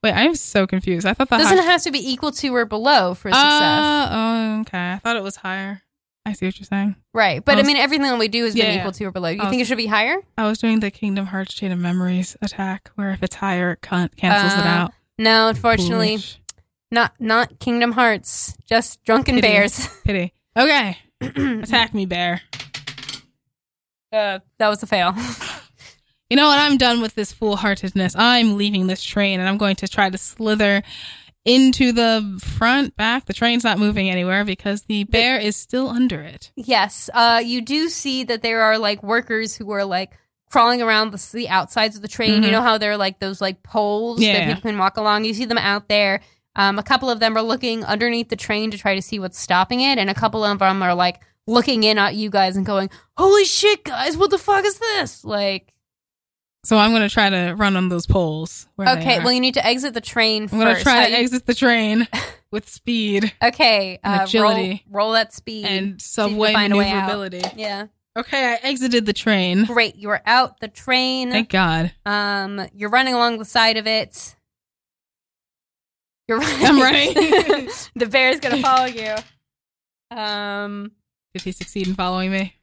Wait, I'm so confused. I thought Uh, that Doesn't it have to be equal to or below for success. Uh, oh, okay. I thought it was higher. I see what you're saying. Right. But I, I was- mean, everything that we do has Yeah, been yeah. equal to or below. You I was- think it should be higher? I was doing the Kingdom Hearts Chain of Memories attack, where if it's higher, it can- cancels it Uh, out. No, unfortunately, Foolish. not not Kingdom Hearts, just Drunken Pity. Bears. pity. Okay, uh, attack me, bear. Uh, that was a fail. You know what? I'm done with this foolheartedness. I'm leaving this train, and I'm going to try to slither into the front, back. The train's not moving anywhere because the bear is still under it. yes, uh, you do see that there are like workers who are like crawling around the, the outsides of the train. You Mhm. know how there are like those like poles Yeah. that people can walk along. You see them out there. Um, a couple of them are looking underneath the train to try to see what's stopping it, and a couple of them are like looking in at you guys and going, "Holy shit, guys! What the fuck is this?" Like. So I'm going to try to run on those poles. Where they Okay, are. well, you need to exit the train I'm 1st going to try to Uh, you- exit the train with speed Okay, and uh, agility. Roll, roll at speed. and you can subway find a way out. maneuverability. yeah, Okay, I exited the train. great. You are out the train. Thank God. um, you're running along the side of it. You're running. I'm running. the bear is gonna follow you. Um, Did he succeed in following me?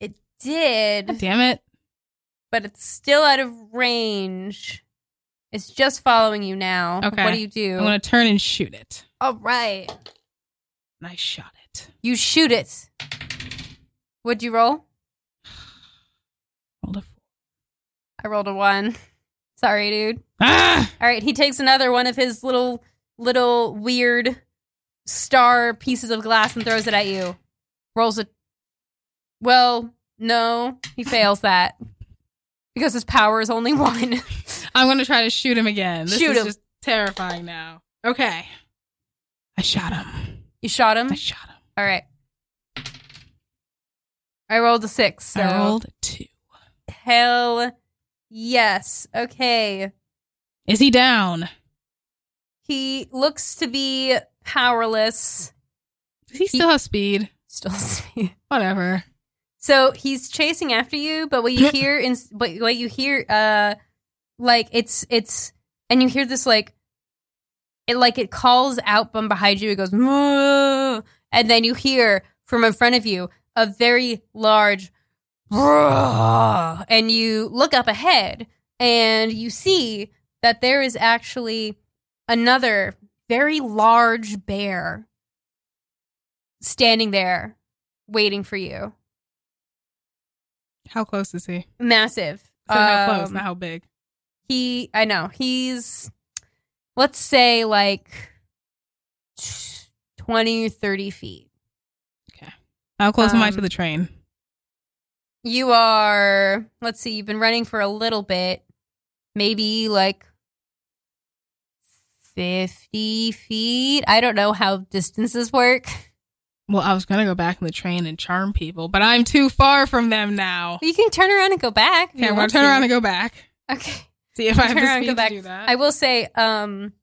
it did, God damn it. but it's still out of range. It's just following you now. Okay. What do you do? I'm going to turn and shoot it. All right. And I shot it. You shoot it. What'd you roll? Rolled a four. I rolled a one. Sorry, dude. Ah! All right, he takes another one of his little little weird star pieces of glass and throws it at you. Rolls a Well, no, he fails that. Because his power is only one. I'm going to try to shoot him again. This Shoot is him. just terrifying now. Okay. Mm-hmm. I shot him. you shot him? I shot him. All right. I rolled a six. So I rolled a two. hell yes. Okay. Is he down? He looks to be powerless. Does he still have speed? Still Whatever. So he's chasing after you, but what you hear in but what you hear uh like it's it's and you hear this like it like it calls out from behind you, it goes "Moo," and then you hear from in front of you a very large "Roar," and you look up ahead and you see that there is actually another very large bear standing there waiting for you How close is he? massive. So how Um, close, not how big. He, I know he's, let's say like 20 or 30 feet. How close am I to um, the train? You are, let's see, you've been running for a little bit, maybe like 50 feet. I don't know how distances work. Well, I was gonna go back in the train and charm people, but I'm too far from them now. You can turn around and go back. if Okay, you I'm gonna want turn to. around and go back. Okay. See if I have Turn around and the speed go to back. do that. I will say, um,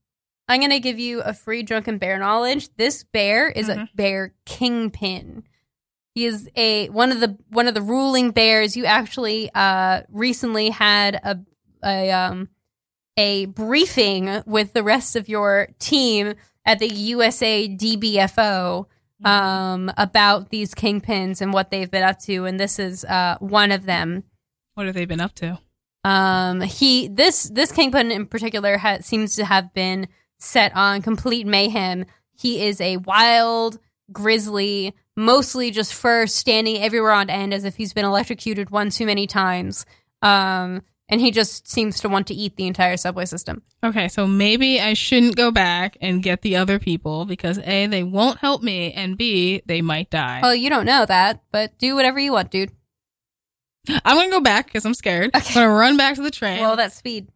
I'm going to give you a free drunken bear knowledge. This bear is Mhm. a bear kingpin. He is a one of the one of the ruling bears. You actually uh, recently had a a um, a briefing with the rest of your team at the USA DBFO Mm-hmm. um, about these kingpins and what they've been up to, and this is uh, one of them. what have they been up to? Um, he this this kingpin in particular ha- seems to have been set on complete mayhem. He is a wild grizzly, mostly just fur standing everywhere on end as if he's been electrocuted one too many times. Um, and he just seems to want to eat the entire subway system. Okay, so maybe I shouldn't go back and get the other people because A, they won't help me, and B, they might die. Well, you don't know that, but do whatever you want, dude. I'm gonna go back because I'm scared. Okay. I'm gonna run back to the train. Well, that speed.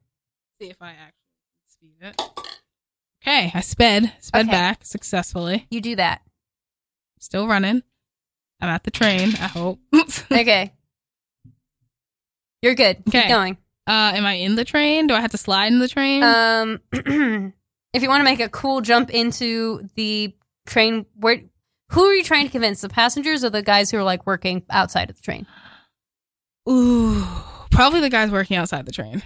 see if I actually speed it. Okay, I sped, sped Okay. back successfully. You do that. Still running. I'm at the train. I hope. uh, Okay. You're good. Keep Okay. going. am I in the train? Do I have to slide in the train? Um, Mm-hmm. if you want to make a cool jump into the train, where who are you trying to convince? The passengers or the guys who are like working outside of the train? Ooh, probably the guys working outside the train.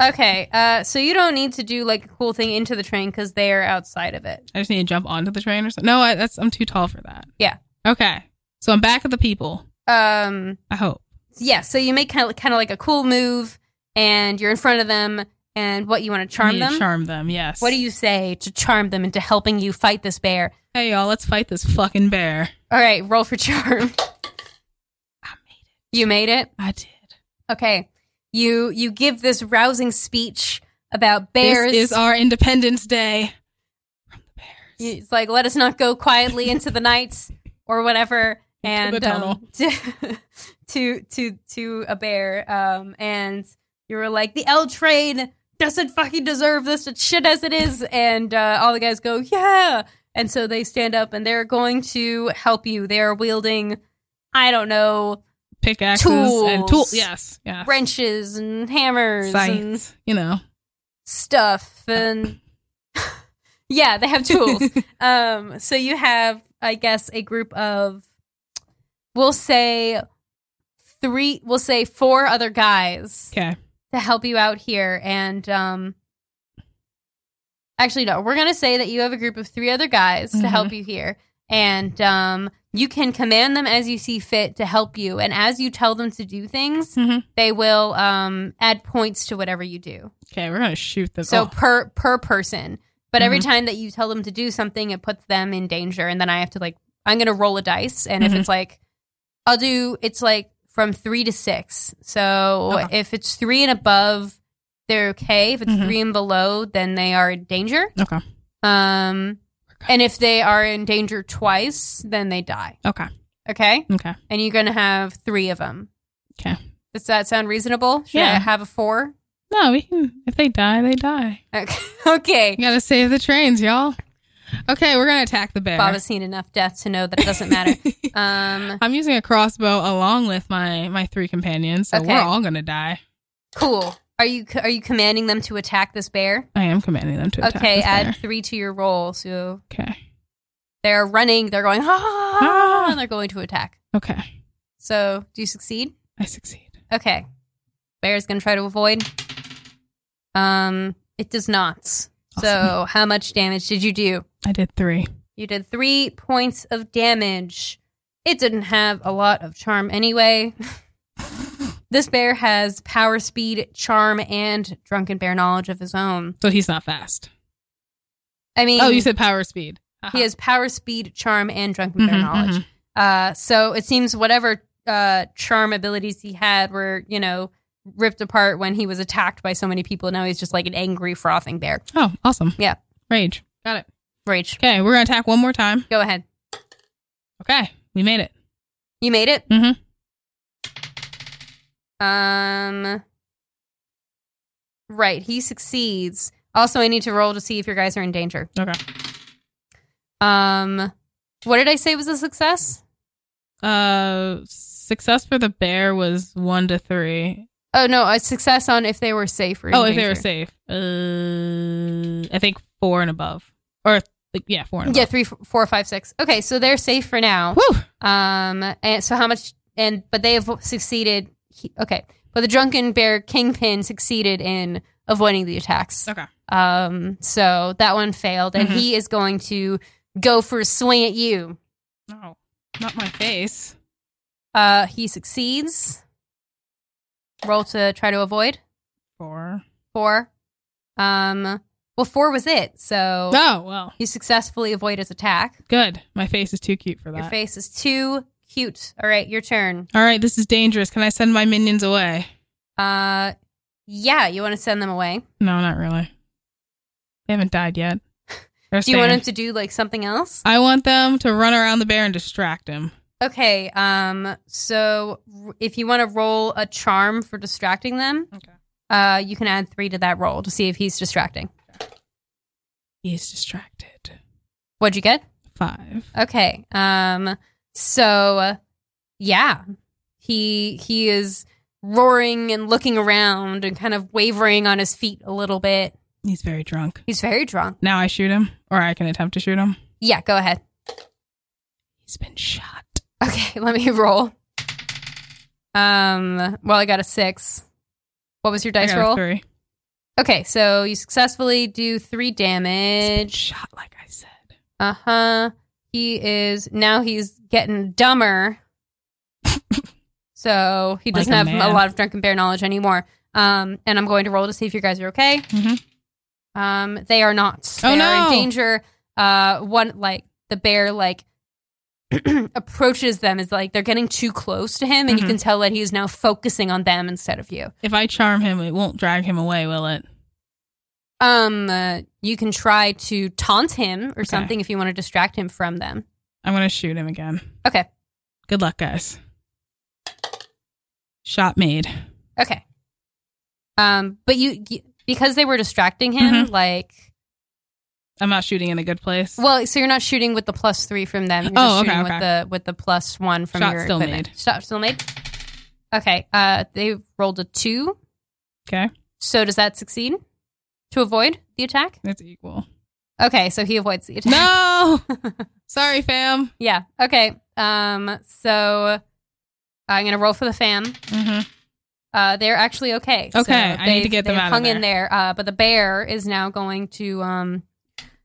Okay, uh, so you don't need to do like a cool thing into the train because they are outside of it. I just need to jump onto the train or something. No, I, that's I'm too tall for that. Yeah. Okay. So I'm back at the people. Um, I hope. yeah, so you make kind of kind of like a cool move, and you're in front of them, and what you want to I charm need to them. Charm them. Yes. What do you say to charm them into helping you fight this bear? Hey y'all, let's fight this fucking bear. All right, roll for charm. I made it. You made it. I did. Okay. You you give this rousing speech about bears. This is our Independence Day from the bears. You- it's like let us not go quietly into the night or whatever and the tunnel. um, to, to to to a bear um and you were like the L train doesn't fucking deserve this it's shit as it is and uh, all the guys go yeah and so they stand up and they're going to help you they are wielding I don't know Pickaxes and Tools. tools. Yes. Yes. wrenches and hammers and Scythes. You know. stuff and yeah they have tools um so you have i guess a group of we'll say three we'll say four other guys okay. to help you out here and um actually no we're gonna say that you have a group of three other guys to Mhm. help you here and um you can command them as you see fit to help you and as you tell them to do things Mhm. they will um add points to whatever you do Okay. We're gonna shoot this. so oh, Mm-hmm. per per person. But every time that you tell them to do something, it puts them in danger, and then I have to like I'm gonna roll a dice, and if Mhm. it's like I'll do it's like from three to six. So Okay. if it's three and above, they're okay. If it's Mhm. three and below, then they are in danger. Okay. Um, Okay. and if they are in danger twice, then they die. Oh, Okay. Okay, Okay. and you're gonna have three of them. Okay. Does that sound reasonable? Should I Yeah. have a four? No, we can. If they die, they die. Okay. okay. You gotta save the trains, y'all. Okay, we're gonna attack the bear. Bob has seen enough death to know that it doesn't matter. um, I'm using a crossbow along with my my three companions, so Okay. we're all gonna die. cool. Are you are you commanding them to attack this bear? I am commanding them to attack. okay, this add bear. three to your roll. So Okay. they're running. They're going ah, and Ah! they're going to attack. Okay, So do you succeed? I succeed. Okay, bear's gonna try to avoid. Um, it does not. So Awesome. how much damage did you do? I did three. You did three points of damage. It didn't have a lot of charm anyway. this bear has power, speed, charm, and drunken bear knowledge of his own. So he's not fast. I mean, Oh, you said power speed. Uh-huh. Haha. Mm-hmm. he has power, speed, charm, and drunken bear Mhm, knowledge. mhm. Uh, so it seems whatever uh, charm abilities he had were, you know, ripped apart when he was attacked by so many people. Now he's just like an angry, frothing bear. Oh, awesome. Yeah. Rage. Got it. Rage, Okay, we're gonna attack one more time. go ahead. Okay, we made it. You made it. Mhm. Mm-hmm. Um. Right, he succeeds. Also, I need to roll to see if your guys are in danger. Okay. Um, what did I say was a success? Uh, success for the bear was one to three. Oh no, a success on if they were safe or in Oh, if they danger. were safe. Uh, I think four and above, or like yeah, four and above. Yeah, three, f- four, five, six. Okay, so they're safe for now. Woo! Um, and so how much? And but they have succeeded. He, okay, but the drunken bear kingpin succeeded in avoiding the attacks. Okay. Um, so that one failed, and Mhm. he is going to go for a swing at you. No, not my face. Uh, he succeeds. Roll to try to avoid Four. four. Um, well, four was it, so Oh well, you successfully avoid his attack. good. My face is too cute for Your that. face is too cute. All right, your turn. All right, this is dangerous. Can I send my minions away? Uh, yeah, you want to send them away. No, not really. They haven't died yet. They're Do you want staying. him to do like something else? I want them to run around the bear and distract him. Okay. Um. So r- if you want to roll a charm for distracting them, Okay. uh, you can add three to that roll to see if he's distracting. He's distracted. What'd you get? Five. Okay. Um. So, yeah, he he is roaring and looking around and kind of wavering on his feet a little bit. He's very drunk. He's very drunk. Now I shoot him, or I can attempt to shoot him. Yeah. Go ahead. He's been shot. Okay. Let me roll. Um. Well, I got a six. What was your I dice got a roll? Three. Okay, so you successfully do three He's been damage. shot, like I said. Uh huh. He is now he's getting dumber. so he Like doesn't a have man. a lot of drunken bear knowledge anymore. Um, and I'm going to roll to see if you guys are okay. Mhm. Um, they are not. They Oh, are in no. danger. Uh, one like the bear like approaches them is like they're getting too close to him, and you Mhm. can tell that he's now focusing on them instead of you. If I charm him, it won't drag him away, will it? Um, uh, you can try to taunt him or something if you want to distract him from them. I'm gonna shoot him again. Okay. Good luck, guys. Shot made. Okay. Um, but you, you because they were distracting him, Mm-hmm. like, I'm not shooting in a good place. well, so you're not shooting with the plus three from them. You're Oh, just okay, shooting okay. with the with the plus one from Shot your still equipment. Shot still made. Okay. Uh, they rolled a two. Okay. So does that succeed to avoid the attack? It's equal. Okay, so he avoids the attack. No. Sorry, fam. Yeah. Okay. Um. So I'm gonna roll for the fam. hmm Uh, they're actually okay. Okay, I need to they've- get them they've out of hung in there. Uh, but the bear is now going to. Um,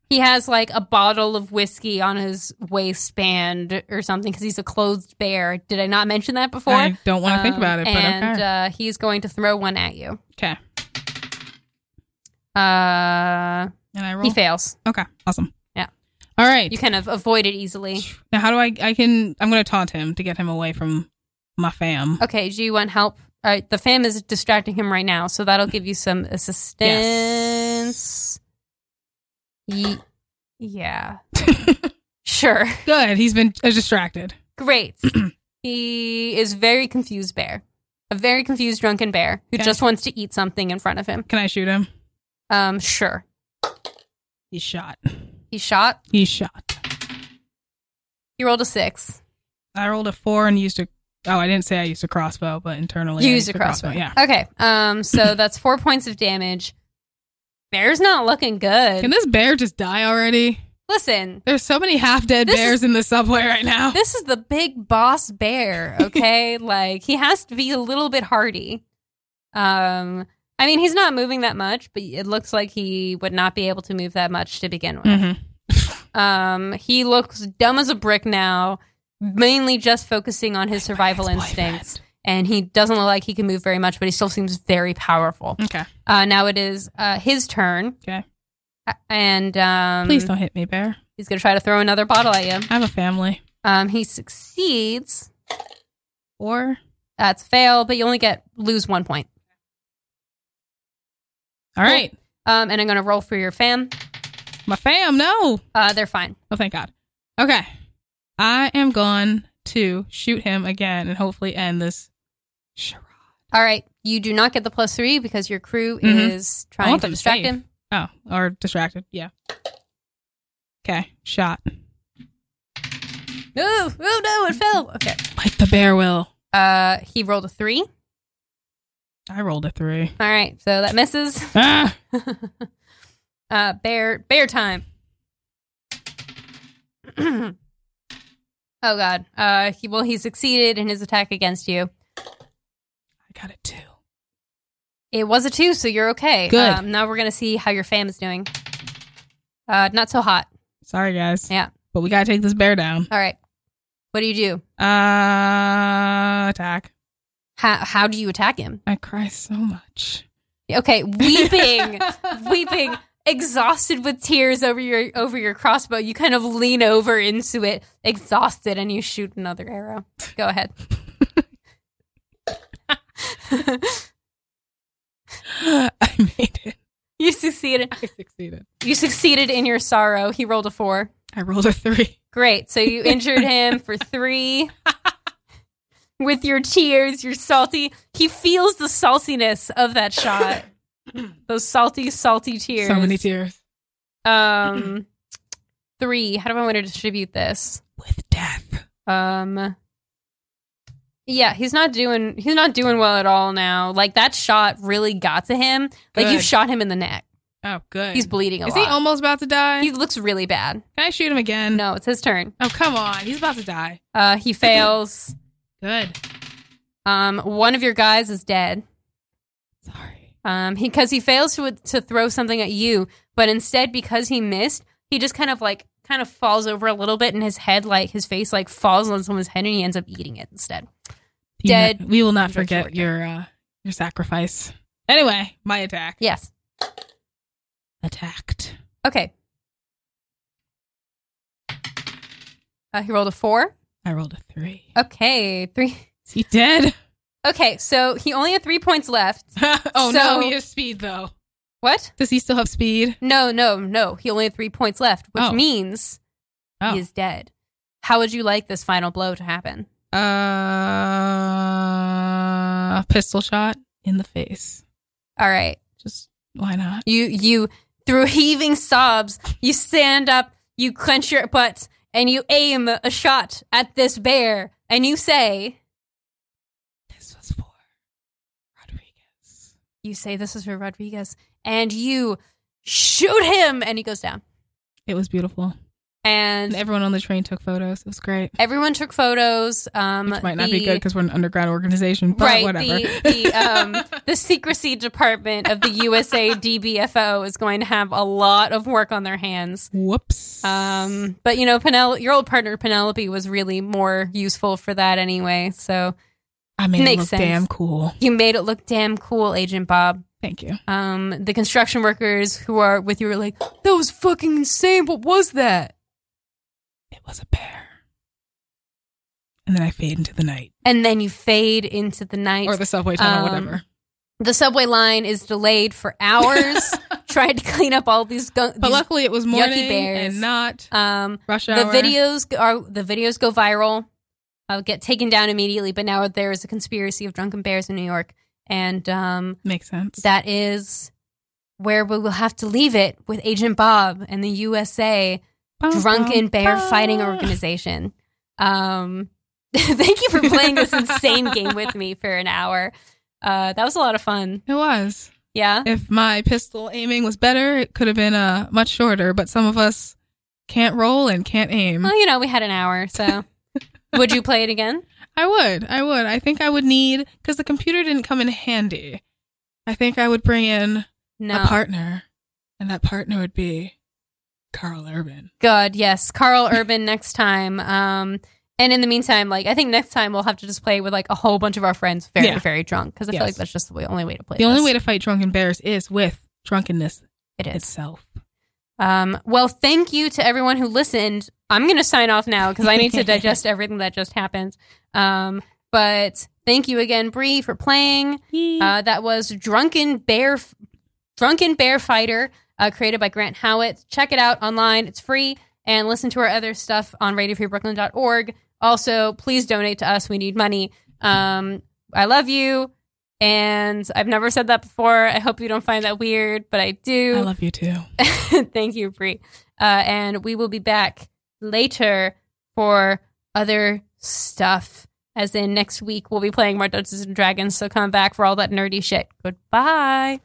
he has like a bottle of whiskey on his waistband or something because he's a clothed bear. Did I not mention that before? I don't want to think Um, about it, but and okay. uh, he's going to throw one at you. okay. Uh, And I roll. he fails. okay. Awesome. Yeah. All right. You kind of avoid it easily. now, how do I? I can. I'm gonna taunt him to get him away from my fam. Okay, do you want help? All right, the fam is distracting him right now, so that'll give you some assistance. Ye- yeah. sure. Good. He's been uh, distracted. Great. he is very confused bear. A very confused drunken bear who Okay. just wants to eat something in front of him. Can I shoot him? Um, sure. He's shot. He's shot. He's shot. He rolled a six. I rolled a four and used a. Oh, I didn't say I used a crossbow, but internally You I used a crossbow. Yeah. Okay. Um, so that's four points of damage. Bear's not looking good. Can this bear just die already? Listen, There's so many half dead This bears in the subway right now. This is the big boss bear, okay? like he has to be a little bit hardy. Um I mean, he's not moving that much, but it looks like he would not be able to move that much to begin with. Mm-hmm. Um he looks dumb as a brick now, mainly just focusing on his survival It's instincts. And he doesn't look like he can move very much, but he still seems very powerful. boyfriend. Okay. Uh, now it is uh, his turn. Mm. Okay. A- And um, Please don't hit me, bear. he's going to try to throw another bottle at you. I have a family. Um, he succeeds. Or That's fail, but you only get lose one point. all right, Um, and I'm gonna roll for your fam. my fam. No. Uh, they're fine. Oh, thank God. Okay. I am going to shoot him again and hopefully end this. charade. All right, you do not get the plus three because your crew Mhm. is I trying want to them to distract save. him. Oh, or distracted. Yeah. Okay. Shot. No, oh no, it fell. Okay. Like the bear will. Uh, he rolled a three. I rolled a three. All right, so that misses. Ah! uh, bear, bear time. oh God. Uh, he well, he succeeded in his attack against you. I got a two. It was a two, so you're okay. Good. Um, now we're gonna see how your fam is doing. Uh, not so hot. Sorry, guys. Yeah. But we gotta take this bear down. All right. What do you do? Uh, attack. How, how do you attack him? I cry so much. Okay, weeping, weeping, exhausted with tears over your over your crossbow. You kind of lean over into it, exhausted, and you shoot another arrow. Go ahead. I made it. you succeeded. I succeeded. You succeeded in your sorrow. He rolled a four. I rolled a three. Great. So you injured him for three. With your tears, your salty. He feels the saltiness of that shot. Those salty, salty tears. So many tears. Um, three. How do I want to distribute this? With death. Um, yeah, he's not doing. He's not doing well at all now. Like that shot really got to him. Like you Good. shot him in the neck. Oh, good. He's bleeding a Is lot. he almost about to die? he looks really bad. Can I shoot him again? No, it's his turn. Oh, come on. He's about to die. Uh, he fails. Good. Um, one of your guys is dead. Sorry. Um, because he, fails to to throw something at you, but instead because he missed, he just kind of like kind of falls over a little bit and his head like his face like falls on someone's head and he ends up eating it instead. You Dead. know- we will not Don't you forget forget. your uh, your sacrifice. Anyway, my attack. Yes. Attacked. Okay. Uh, he rolled a four. I rolled a three. Oh. Okay, three. Is he dead? Okay, so he only had three points left. So- oh no, he has speed though. What? Does he still have speed? No, no, no. He only had three points left, which Oh. means Oh. he is dead. How would you like this final blow to happen? Uh, pistol shot in the face. All right. Just why not? You you through heaving sobs, you stand up, you clench your butts, and you aim a shot at this bear, and you say, This was for Rodriguez. you say this is for Rodriguez, and you shoot him, and he goes down. It was beautiful, And and everyone on the train took photos. It was great. everyone took photos. Um, Which might not the, be good because we're an underground organization, but right, whatever. the the um, the secrecy department of the USA DBFO is going to have a lot of work on their hands. Whoops. Um, but you know, Penel- your old partner Penelope was really more useful for that anyway. So I made it makes look sense. damn cool. you made it look damn cool, Agent Bob. Thank you. Um, the construction workers who are with you are like, that was fucking insane. What was that? It was a bear. And then I fade into the night And then you fade into the night. or the subway tunnel, um, whatever. the subway line is delayed for hours, trying to clean up all these. Gun- But these- luckily, it was morning bears. and not um, rush the hour. videos g- are the videos go viral, uh, get taken down immediately. But now there is a conspiracy of drunken bears in New York, and um, makes sense. that is where we will have to leave it with Agent Bob and the USA Bum, Drunken bum, Bear bum. Fighting Organization. Um, thank you for playing this insane game with me for an hour. Uh, that was a lot of fun. It was. Yeah. If my pistol aiming was better, it could have been uh, much shorter. But some of us can't roll and can't aim. Well, you know, we had an hour, so would you play it again? I would. I would. I think I would need because the computer didn't come in handy. I think I would bring in No. a partner, and that partner would be Carl Urban. God, yes. Carl Urban next time. Um, and in the meantime, like I think next time we'll have to just play with like a whole bunch of our friends, very, Yeah. very drunk, because I feel Yes. like that's just the way, only way to play. The only way to fight drunken bears is with drunkenness it is. itself. Um, well, thank you to everyone who listened. I'm going to sign off now because I need to digest everything that just happened. Um, but thank you again, Bree, for playing. Uh, that was Drunken Bear, Drunken Bear Fighter, uh, created by Grant Howitt. Check it out online; it's free. And listen to our other stuff on RadioFreeBrooklyn.org. Also, please donate to us; we need money. Um, I love you, and I've never said that before. I hope you don't find that weird, but I do. I love you too. Thank you, Bree. Uh, and we will be back later for other stuff. As in next week, we'll be playing more Dungeons and Dragons. So come back for all that nerdy shit. Goodbye.